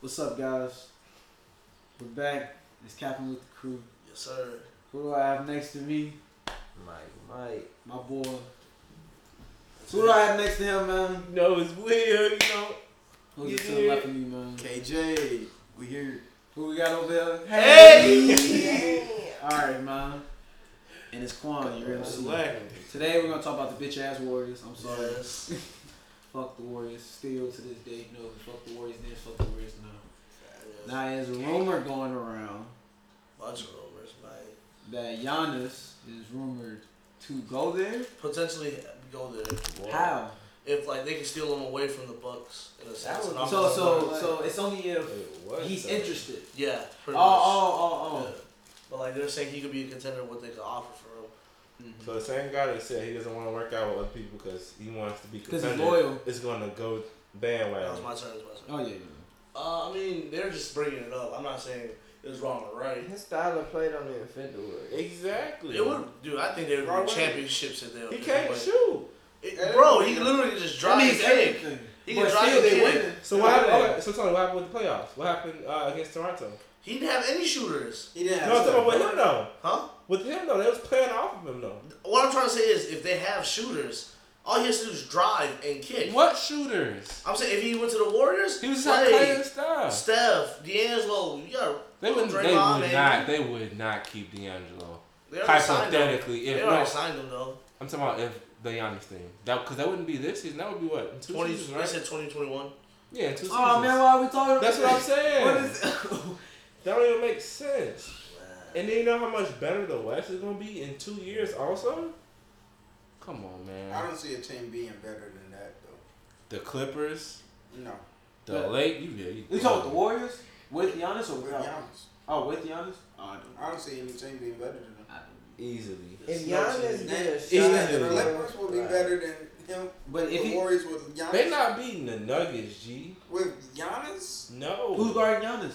What's up, guys? We're back. It's Captain with the crew. Yes, sir. Who do I have next to me? Mike, Mike. My boy. So who do I have next to him, man? You know it's weird, you know. Who's You to the here? left of me, man? KJ, we here. Who we got over there? All right, man. And it's Quan. You ready to That's see? lacking. Today we're gonna talk about the bitch ass Warriors. I'm sorry. Yes. Fuck the Warriors. Still to this day, no. Fuck the Warriors. Then fuck the Warriors now. Now there's a rumor going around Bunch of rumors, like that Giannis is rumored to go there. potentially go there How? if like they can steal him away from the Bucks in a sense. would And I'm be So just so like, so it's only if What he's the- interested. yeah. Oh Pretty oh Yeah. But like they're saying he could be a contender. What they could offer for him. oh oh. So the same guy that said he doesn't want to work out with other people because he wants to be Because he's competitive loyal. is going to go That was bandwagon. my turn. That was my turn. Oh yeah. yeah. Uh, I mean, they're just bringing it up. I'm not saying it's wrong or right. His style of play don't even fit the word. Exactly. It would, dude. I think they would Right win way. championships if they. He if they can't win. shoot. It- bro, he literally just drive his kick. He can But drive still, his they kick. winning. So what happened? okay, so tell me what happened with the playoffs? What happened uh, against Toronto? He didn't have any shooters, He didn't No, I'm have. talking about with him though. huh? With him though, they was playing off of him though. What I'm trying to say is, if they have shooters, all he has to do is drive and kick. What shooters? I'm saying if he went to the Warriors, He was not play playing stuff. Steph, D'Angelo, you gotta They would. They Draymond, would maybe. not. They would not keep D'Angelo. They already signed him. Hypothetically, They if already no, signed him though. I'm talking about if the Giannis thing. That because that wouldn't be this season. That would be what in two Twenty, seasons, they right? said 2021. Yeah, in two seasons. Oh man, why are we talking? That's what I'm saying. What is? That don't even make sense. And then you know how much better the West is gonna be in two years, also. Come on, I man. don't see a team being better than that though. The Clippers, No, the But- Lake. You, yeah, you We talk the Warriors with Giannis or to be without? honest, Oh, with Giannis. Oh, I don't. I don't see any team being better than them. I don't. easily. If No Giannis team. get a He's shot, not The Yeah. Lakers will be Right. better than him. But if the he, Warriors with Giannis, They not beating the Nuggets, G. with Giannis, No. who's guarding Giannis?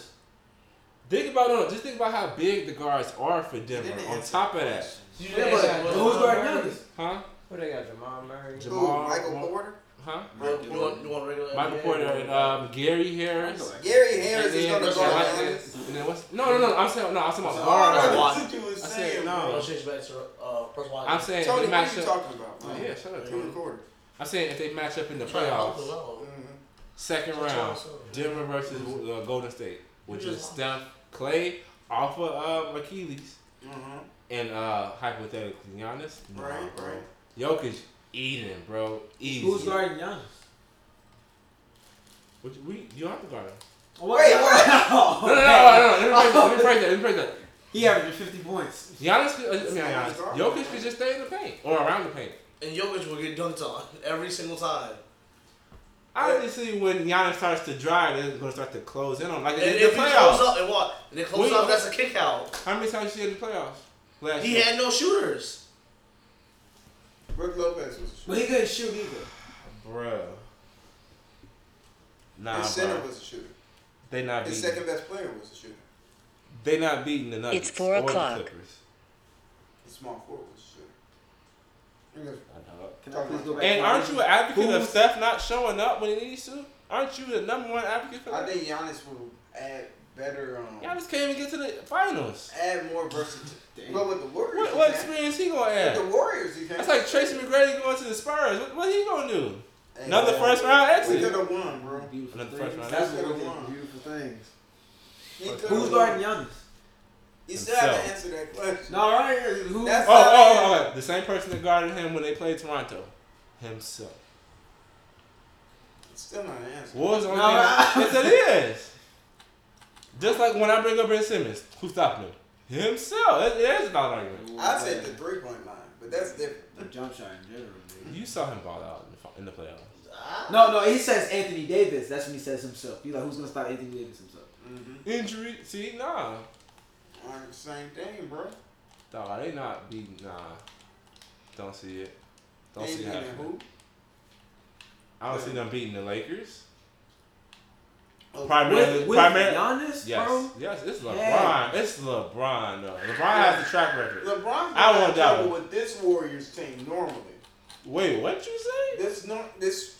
Think about it. Just think about how big the guards are for Denver. didn't On answer top of the that, question. You Yeah, think but- that- but Who's Jamal guarding Murray? Giannis? huh? Who they got? Jamal Murray. Jam- Who, Jamal- Michael Porter, Huh? You, you want, you want regular? Michael NBA? Porter and um, Gary Harris. Gary Harris is and gonna then- guard Giannis. and then what's no no no I'm saying no I'm talking about So, guard. I guards. know what you was I said saying, no. I'll bro. Oh, change back to uh, press one. I'm saying Tony, they match what are you up- talking about? Oh, yeah, shut up. Tony Porter. I'm saying if they match up in the I'm trying to help him playoffs, out. Mm-hmm. second Trying to round, help him out. Denver versus uh, Golden State, which You is just Steph, Clay off of um, Achilles, Mm-hmm. and uh, hypothetically Giannis, nah, Right, bro. right. Jokic eating, bro, easy. Who's guarding Giannis? What you- we, you have to guard him. Wait, Oh, No, no, no, no, no, no, Let me phrase that. Let me phrase that. he averaging 50 points. Giannis, could, I mean, not It's not Giannis, his guard. Jokic could just stay in the paint or around the paint. And Jokic will get dunked on every single time. Obviously, when Giannis starts to drive, they're going to start to close in on him. Like And they did if in he the close playoffs. up and what? And they close We- up, that's a kick out. How many times did he in the playoffs? Last He year? had no shooters. Brooke Lopez was. a But shooter. he couldn't shoot either. Bro. Nah, His center bro. was a shooter. They not His beating. second best player was a shooter. They not beating the Nuggets. It's four or the o'clock. Clippers. His small forward was a shooter. He was- Can I please go back? And to aren't you an advocate of Who's- Steph not showing up when he needs to? Aren't you the number one advocate for I that? think Giannis will add better. Um, Y'all just can't even get to the finals. add more versatility. Dang. But with the Warriors, What, what you can. experience he gonna With add? the Warriors, you can. That's like Tracy McGrady going to the Spurs. What, what he gonna do? Hey, Another man, first round We could exit. have won, bro. Beautiful Another things. first round. That's That's what we what I did. want. Beautiful things. He could Who's have guarding won. Giannis? You still haven't Himself. answered that question. No, right? Who? Oh, That's- oh, oh, oh, the same person that guarded him when they played Toronto, himself. It's still not an answer. Wolves on No, I- Yes, it is. Just like when I bring up Ben Simmons, who's stopping him? Himself. It, it is not an argument. I said the three point line, but that's different. the jump shot in general. dude. You saw him ball out in the, fi- in the playoffs. Ah. No, no, he says Anthony Davis. That's when he says himself. He's like, who's gonna stop Anthony Davis himself? Mm-hmm. Injury? See, nah. On the same thing, bro. Dog, they not beating. Nah. Don't see it. Don't Ain't see it beating happening. who? I don't see them beating the Lakers. Oh, Primarily. With, with primarily. Giannis, Yes. bro. Yes, it's LeBron. Yeah. It's LeBron, though. LeBron has the track record. LeBron's not I want in that trouble with this Warriors team normally. Wait, what you say? This no this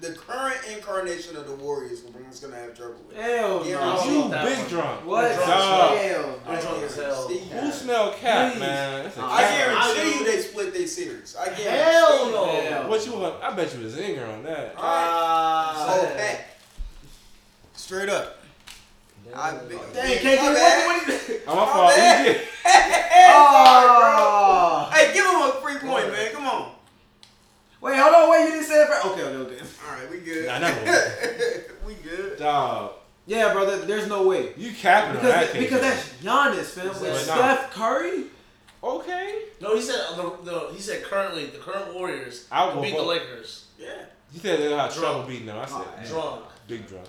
the current incarnation of the Warriors is gonna have trouble with. Hell Yeah, no. I'm You that big one. drunk. What? Drunk. Dog. Hell I'm no. drunk as hell. Steve. Who smell cat, Please. man? That's a I I cat. guarantee you they split their series. I guarantee. Hell no. Hell. What you want? I bet you a zinger on that. Uh, whole Sad. pack. Straight up. I Damn. think- Dang, My bad. KJ, what, what is Oh, my fault. bad. We did. Ah. Oh. Hey, give him a free point, man. Come on. Wait, hold on. Wait, you didn't say it first. Okay, okay, okay. All right, we good. Nah, never mind. we good. Dog, Yeah, brother, there's no way. you capping on Because, that case. because that's Giannis, fam. With Exactly. Steph Curry? okay. No, he said uh, the, the he said currently the current Warriors I'll could go beat the vote. Lakers. Yeah. You said they had Drunk. trouble beating them. I said Alright. Drunk. big drunk.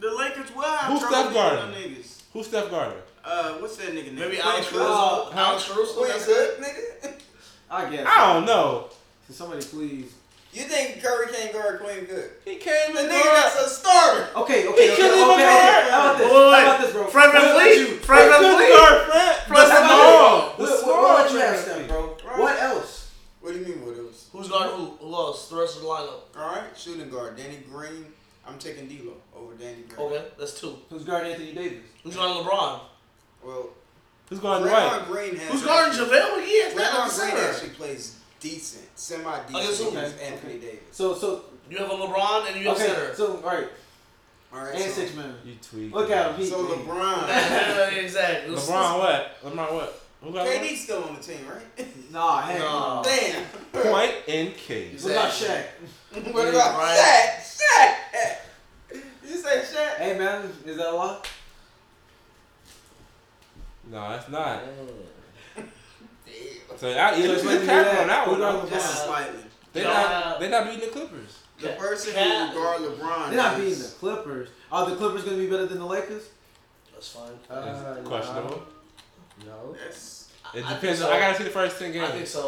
The Lakers will have Who's trouble Steph Curry? with them niggas. Who's Steph Gardner? Uh, what's that nigga name? Maybe Alex Quinn Caruso. Cook? Huh? Alex Caruso. Quinn that's it. Cook, nigga. I guess. I don't know. Can somebody please. You think Curry can't guard Quinn Cook? He came The in. nigga guard. that's a starter. Okay, okay, okay, okay, couldn't even okay, guard- How about this? Boy, How about this, bro? Fred What about VanVleet. you? Fred He couldn't VanVleet. guard Fred. Plus But the how ball. about- What, what, the what about small you have, Fred Steph, VanVleet. bro? What else? What do you mean what else? Who's guarding who? Who else? The rest of the lineup. All right, shooting guard Danny Green. I'm taking D'Lo over Danny Green. Okay, that's two. Who's guarding Anthony Davis? Who's guarding LeBron? Well, Who's going right? Draymond Green has. Who's guarding JaVale? He has that at the Draymond Green center. actually plays decent, semi Against who? decent against Anthony Davis. So, so, You have a LeBron and you have okay, center. so, all right. All right, And so, six man. You tweet. Look at him. He, so LeBron. Yeah, exactly. LeBron what? LeBron what? Who got one? KD's still on the team, right? Nah, heck Nah. no. Damn. Point and case. What about Shaq? what about Right. Shaq? Shaq. You say Shaq? Hey, man, is that a lot? No, that's not. Damn. So I either Who's you gonna do capping that? on that Who's one. gonna do Just Nah. slightly. They Nah. not. They not beating the Clippers. The Cat- person who cat- will guard LeBron. They're not beating is- the Clippers. Are the Clippers going to be better than the Lakers? That's fine. Uh, It's nah. questionable. No. That's It I think depends. so. I gotta see the first ten I think games. so.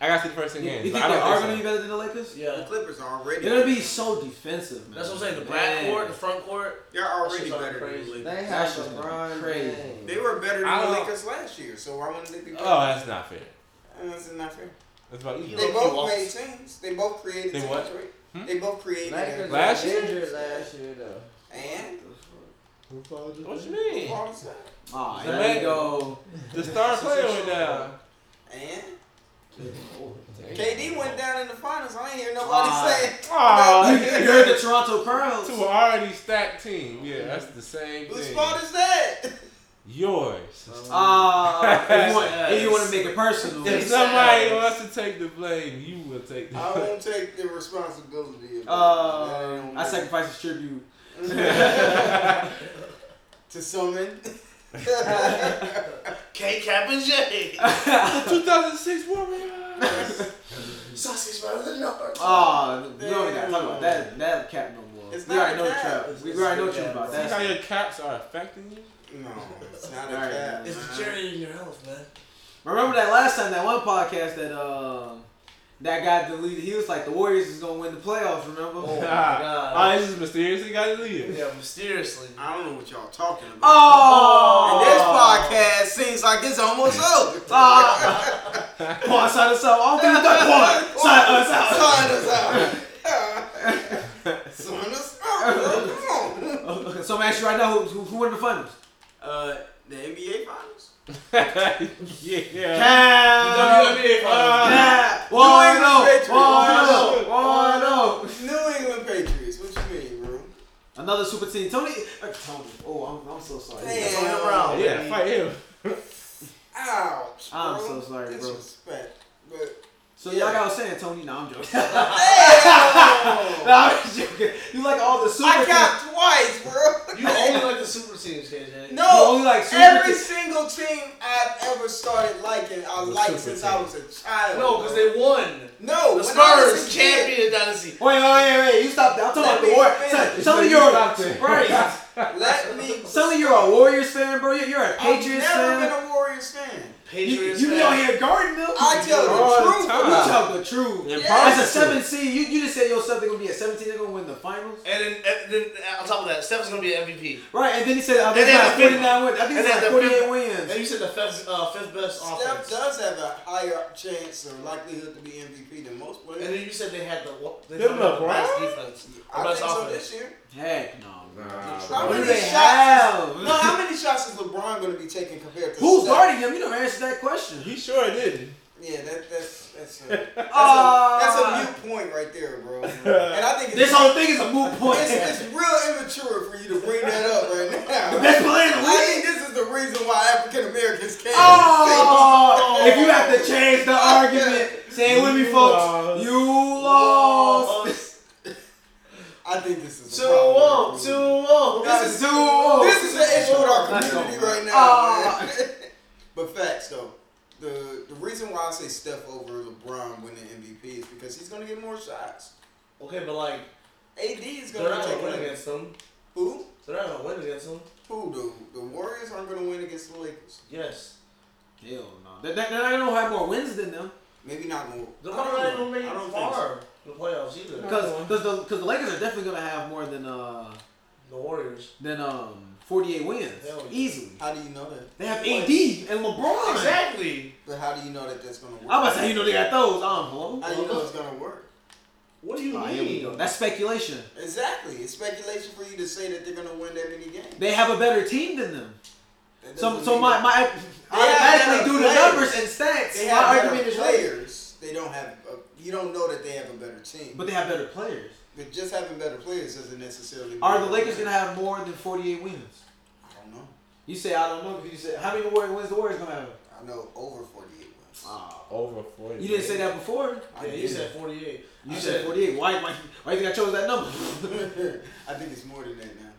I gotta see the first ten You, you games. think but they I don't are think going to so. be better than the Lakers? the Yeah. Clippers are already. They're going to be so defensive, man. That's what I'm saying. The Man. backcourt, the front court. They're already That's just better crazy. than the Lakers. They have That's just LeBron crazy. James. They were better I than the don't- Lakers last year, so why wouldn't they be better? Oh, that's not fair. Uh, That's not fair. That's about You you. They look- you both lost. made teams. They both created They teams, what? right? Hmm? They both created Lakers teams. Last were year? injured last year though. And What you who mean? called us out? Aw, The there man- you go. The star player went down. And Damn. KD went down in the finals. I ain't hear nobody Ah. say. Aw, You you heard the Toronto crowds. Oh, To an already stacked team. Mm-hmm. Yeah, that's the same Whose thing. fault is that? Yours. Oh. Ah, if you want- if you want to make it personal. If Yes. somebody wants to take the blame, you will take the I blame. won't take the responsibility. Of that. Uh, don't I want sacrifice his tribute. to summon. K Cap and J. The 2006 Warriors. Sausage from the North. Oh, we don't even gotta talk about that. That cap no more. It's we not already know the cap. trap. It's We just already know the what you cap, about. bro. See how That's your caps are affecting you? no, it's not a All right, cat. It's the man. cherry in your health, man. Remember that last time, that one podcast that um that guy deleted. He was like, the Warriors is gonna win the playoffs. Remember? Oh my Oh, god. Oh, this is mysteriously got to leave. Yeah, mysteriously. I don't know what y'all talking about. oh. And this podcast seems like it's almost over. Ah. Quan, sign us up. I don't think we done. Quan, sign us out. Sign us out. Sign us out. Come on. Okay, so I'm asking you right now, who, who, who won the finals? Uh, the NBA Finals. yeah. Cap. The WWE finals. Cap. One New zero. England One zero. One zero. Patriots. New England Patriots. What you mean, bro? Another super team. Tony. uh, Tony. Oh, I'm, I'm so sorry. Damn. Tony Brown. Yeah, fight him. Ouch. Bro. I'm so sorry, bro. Disrespect. But So y'all got what I'm saying, Tony. No, I'm joking. Damn. no, I'm joking. You like all the super I teams. got twice, bro. You only like the super teams, KJ. no. You only like super Every teams. single team I've ever started liking, I Was liked super since team. I was a child. No, because they won. no The when I was a Spurs kid, champion dynasty. Wait, wait, wait, wait. You stop that. I'm talking Let about the me Warriors. finish. Tony, you're a right. Let me. Tony, you're a Warriors fan, bro. You're, you're a I've Patriots fan. never been a Warriors fan. You, Patriots. you be have- out here guarding them. I tell All the the You truth. time. talk the truth. And Yeah. As a promises. seven seed, you, you just said yourself they're gonna be at seventeen. They're gonna win the finals, And then, and then uh, on top of that, Steph's gonna be an MVP. right? And then he said, I And think they it's have like the forty fifth- nine wins. I think and it's they like have the forty fifth- eight wins. And you said the fifth, uh, fifth best Steph offense. does have a higher chance or likelihood to be MVP than most And players. then you said they had the wa- they Good had luck, the best right? defense. The I think best so offense. this year. Heck no. bro. How Who many do they shots? have? No, how many shots is LeBron going to be taking compared to Who's Steph? guarding him? You never answered that question. He sure did. Yeah, that, that's that's a, that's, Ah. a, that's a moot point right there, bro. And I think it's, This whole thing is a moot point. it's, it's real immature for you to bring that up right the now. best player in the I league. think this is the reason why African Americans can't. Oh, sing. if you have to change the argument, say it with me, You folks. lost. You lost. I think this is a Two problem. one, two one. This That's is two oh. This is the issue with our That's community Oh. all. right now. Ah. man. but facts though, the the reason why I say Steph over LeBron winning MVP is because he's gonna get more shots. Okay, but like AD is they're gonna not gonna take win it. against them. Who? They're not gonna win against them. Who? The the Warriors aren't gonna win against the Lakers. Yes. Hell no. They're, they're not gonna have more wins than them Maybe not more. They're I probably don't not know. even making I it don't think so. far in the playoffs either. because because the, 'cause the Lakers are definitely gonna have more than uh The Warriors. than um 48 wins Hell yeah. easily. How do you know that? They have AD and LeBron. Exactly. But how do you know that that's gonna work? I'm about to say you know they got those. Um, hello. How do you know it's gonna work? What do you Ah, here we go. mean? That's speculation. Exactly. It's speculation for you to say that they're gonna win that many games. They have a better team than them. That So, doesn't so mean my, that- my They have automatically better do the players. numbers and stats. they my have better argument is right. players. They don't have. A, you don't know that they have a better team. But they have better players. But just having better players doesn't necessarily. mean Are the they're Lakers win. gonna have more than 48 wins? I don't know. You say I don't know. But you say how many more wins the Warriors gonna have? I know over forty-eight wins. Over forty. You didn't say that before. I Yeah, did. you said 48. You I said 48. Why, why? Why you think I chose that number? Oh, I think it's more than that now.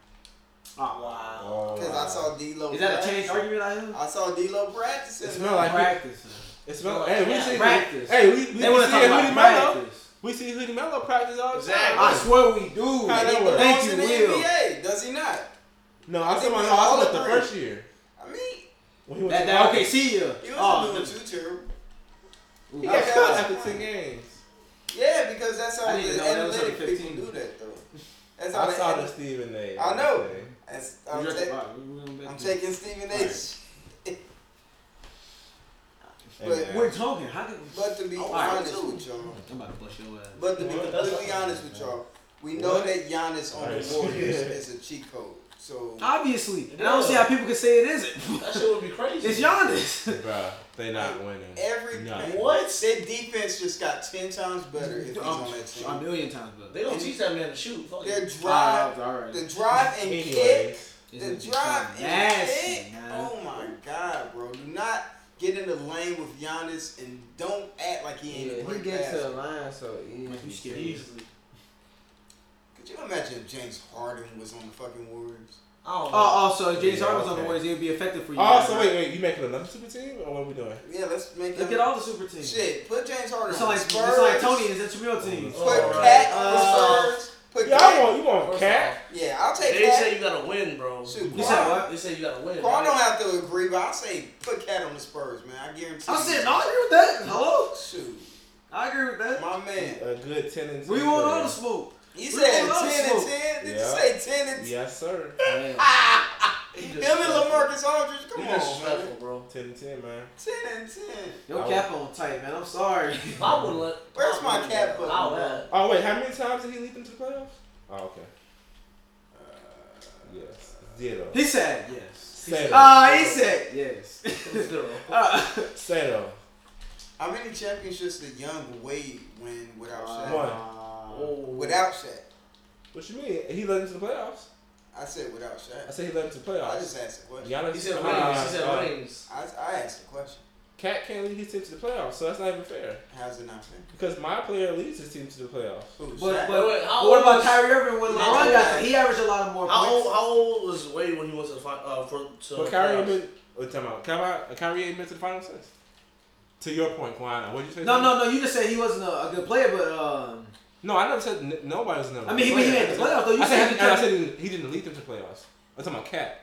Ah, Wow. Oh, Because I saw D'Lo. Is that a changed practice. argument I have? I saw D'Lo practicing. It smell like practice. It smell. Hey, we Yeah, see practice. Hey, we, we, They we want to see talk Hoodie about Mello. practice. We see Hoodie Mello practice all the Exactly. time. I swear we do. How that work? Thank in you, the Will. NBA, does he not? No, I saw They my went I all saw it the over. first year. I mean, When he went That, to that, okay, Rockets. see ya. he wasn't Oh, doing too terrible. ooh, He I got was- cut after ten games. Yeah, because that's how I the didn't know that was analytic under people 15. do that, though. That's how I the saw the ana- Stephen A. I know. thing. that's- we I'm, just- ta- alright, we- we gonna bet I'm this. taking Stephen H. Hey, But man. We're talking. How did? But to be All right, honest too. with y'all, I'm about to bust your ass. but to be What? completely honest with y'all, we know What? that Giannis on Nice. the Warriors is a cheat code. So Obviously, and I don't see how people can say it isn't. That shit would be crazy. It's Giannis. Bruh, they not winning. every Nah. What? their defense just got ten times better if he's on Um, that a team. million times better. They don't teach that man to shoot. Fuck Their it. drive, all right. the drive and kick Anyways, The drive and nasty, kick. man. Oh my god, bro! Do not get in the lane with Giannis and don't act like he ain't Yeah, a he great gets to passer. the line so Like, you easy. scared. Easily. Could you imagine if James Harden was on the fucking Warriors? I don't know. Oh, Uh, also, if James Yeah, Harden's on the okay. Warriors, it would be effective for you. Oh, guys, so right? wait, wait, you making another super team or what are we doing? Yeah, let's make Look him- at all the super teams. shit. Put James Harden It's on like the it's Spurs. like Tony and his intramural team. Put All right. Cat on Uh, the Spurs. Put Yeah, I Cat. want you want First cat. Yeah, I'll Off, take they Cat. say you gotta win, bro. Shoot, You said Paul what? They say you gotta win. Paul right? don't have to agree, but I'll say put Cat on the Spurs, man. I guarantee. I you. said, no, I agree with that. Hello? Shoot, I agree with that. my man. A good ten and We two want player. all the smoke. We You said don't know, ten and so- ten. Did Yeah. you say ten and ten? Yes, sir. You Him just- and Lamarcus Aldridge. You Come on, man. disrespectful, bro. Ten and ten, man. Ten and ten. Your I cap on tight, man. I'm sorry. If I would let. Where's my cat button, I'll bro? let. Oh wait, how many times did he leap into the playoffs? Oh okay. Uh, Yes. Zero. He said yes. Zero. Ah, he said yes. It's zero. Ah. Zero. How many championships did Young Wade win without Shaq? One. Oh, Without Shaq. What you mean? He led into the playoffs. I said without I Shaq. said he led into the I playoffs. just asked a question. Giannis, He said uh, rings. He uh, said rings. I, I asked a question. Cat can't lead his team to the playoffs, so that's not even fair. How's it not fair? Because my player leads his team to the playoffs. Who, But, Shaq? but, Wait, how but what old about was- Kyrie Irving when How LeBron old got was- He averaged a lot of more How old? points. How old was Wade when he went to the fi- uh, for to But the Kyrie playoffs? ain't been. Oh, time out. Kyrie, Kyrie ain't been to the final six. To your point, Kwan, what did you say? No, no, no. You just said he wasn't a, a good player, but um, No, I never said n- nobody was never. I mean, he- but he made the playoffs, though. You I said said, he he, I kept- said he, didn't, he didn't lead them to playoffs. I'm talking about Cat.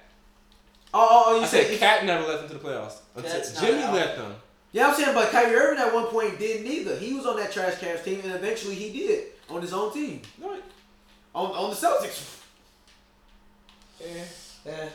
Oh, oh, you I said said Cat never left into the playoffs. Until Cat's not Jimmy out. left them. yeah. I'm saying, but Kyrie Irving at one point didn't either. He was on that trash Cavs team, and eventually he did on his own team, No, he- on on the Celtics. eh. Yeah.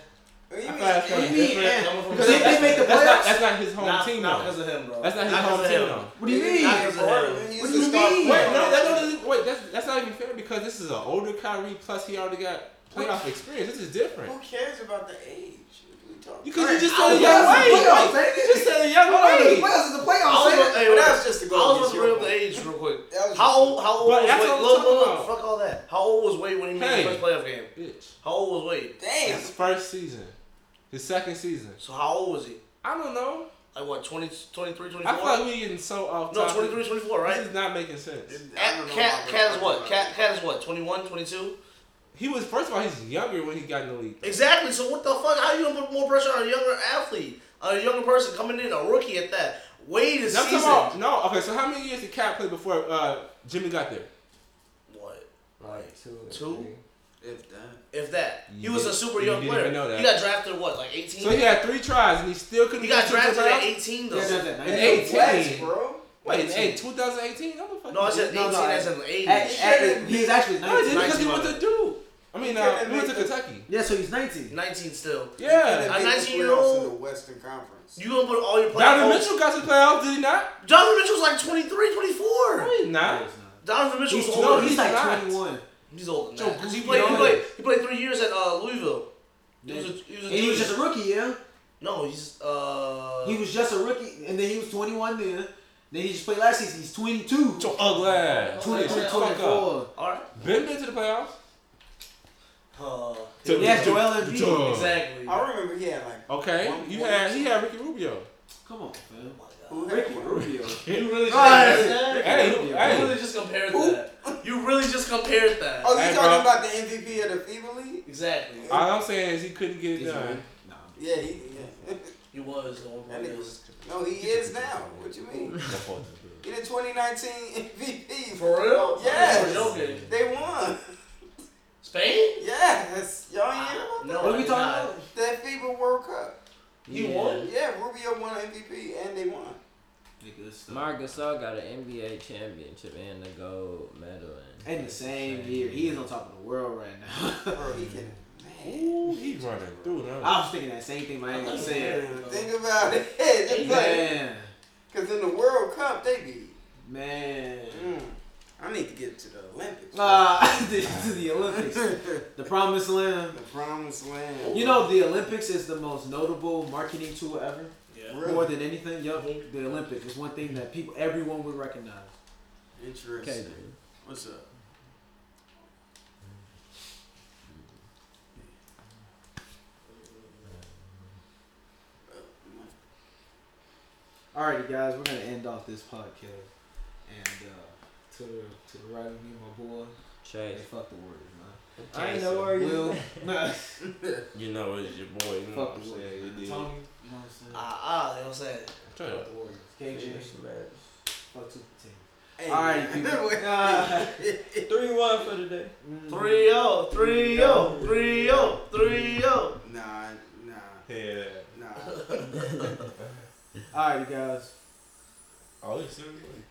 What do you I mean? feel that's What do kind you of mean? different. coming from- Because they, they make the That's not, playoffs. that's not his home not, team not though. because of him, bro. That's not his because home of team him. though. What do you He's mean? not his What partner. He's do the you star mean? player. Wait, no, that don't, doesn't- wait, that's that's not even fair because this is an older Kyrie plus he already got playoff experience. This is different. Who cares about the age? If we talk Because you I just said a was young watching the playoffs, way. Wait, ain't it? You just said a young Hold on, it's the way. playoffs. It's the playoffs. I was ain't it? about- hey, But wait, that was just to go I was about against to your bring up the age point. real quick. That How was just- old? How old? But Was that's Wade? what I'm Look, look, talking look, about. fuck all that. How old was Wade when he made his Hey. first playoff game? Bitch. How old was Wade? Damn. His first season. His second season. So how old was he? I don't know. Like what? 20, 23, 24? I feel like we're getting so off no, topic. 23, 24, right? This is not making sense. I Cat, don't cat, know about cat is that. what? Cat, cat is what? 21, 22? He was first of all he's younger when he got in the league. Exactly. So what the fuck? How you gonna put more pressure on a younger athlete, a younger person coming in, a rookie at that? Wade is No, I'm talking about- seasoned. no, okay, so how many years did Cat play before uh, Jimmy got there? What? Like two. or Two? three. If that. If that? He You was a didn't- super you young didn't player. even know that. He got drafted what? Like 18. So he had three tries and he still couldn't He got get to the drafted at playoffs? 18 though. Yeah, that's it. In At 18. West, bro. Wait, hey, 2018? I'm fucking No, I said 18 No, no, I- as in 80. at- at- He's actually No, he didn't 19. because he went to Duke. I mean, uh, couldn't he went to make the- Kentucky. Yeah, so he's 19. 19 still. Yeah. I'm They made the 19 year playoffs old. in the Western Conference. You gonna put all your Donovan players? Mitchell got to the playoffs, did he not? Donovan Mitchell's like 23, 24. No, he's not. Donovan Mitchell's He's, older. no, he's he's like not. 21. He's older than Joe that. 'Cause he Goofy played, he, Donovan. played, he played three years at uh, Louisville. He was a, he was a And he was junior. just a rookie, yeah? No, he's uh. He was just a rookie, and then he was 21 then. Then he just played last season. He's 22. So ugly. ass. Twenty- Shut 23, the fuck up. 24. all right. Been been to the playoffs? Uh, He has Joel Embiid. Duh. exactly. I remember he had like. Okay, One you point. had he had Ricky Rubio. Come on, fam. Oh Who Ricky had one? Rubio. You really just Right. compared that? Hey, Rubio. You hey, really just compared Who? that. You really just compared that. Oh, you Hey, talking bro. about the MVP of the FIBA League? Exactly. all I'm saying is he couldn't get it Is he done. really? Nah. Yeah, he. Yeah. He was the one. That who nigga was- was. No, he is now. What you mean? He the 2019 MVP. Oh, For real? Yes. You were joking. They won. Spain? Yes. Y'all ain't hear about No. What I are we did talking not. about? that? That FIBA World Cup. He Yeah. won. Yeah, Rubio won MVP and they won. Nigga, it's- Marc Gasol got an NBA championship and a gold medal. And In the same year. He is on top of the world right now. Bro, he can. Man. Ooh, he running through them. I was thinking that same thing, but I ain't gonna say it. uh, Think about it. It's like, Man. Cause in the World Cup they be. Man. Mm, I need to get to the Olympics. Uh, to the Olympics. the The promised land. promised land. You know, the Olympics is the most notable marketing tool ever. Yeah. Really? More than anything, yup. The Olympics is one thing that people, everyone would recognize. Interesting. KD. What's up? Alrighty, guys, we're gonna end off this podcast. And uh, to the to the right of me, my boy, hey, Chase. fuck the Warriors, I ain't know where man. you. Will, nah, You know it's your boy. You know what fuck I'm the saying? Warriors. Tony, you You did. know what I'm saying? Ah, ah, you know what I'm saying? Shut Fuck up. the Warriors. KJ, fuck two team. Hey, Alright, people. Uh, Three one for today. Mm. 3 0, 3 0, 3 0, 3 0. nah, nah, Yeah. nah. Alrighty, guys. Oh, you serious?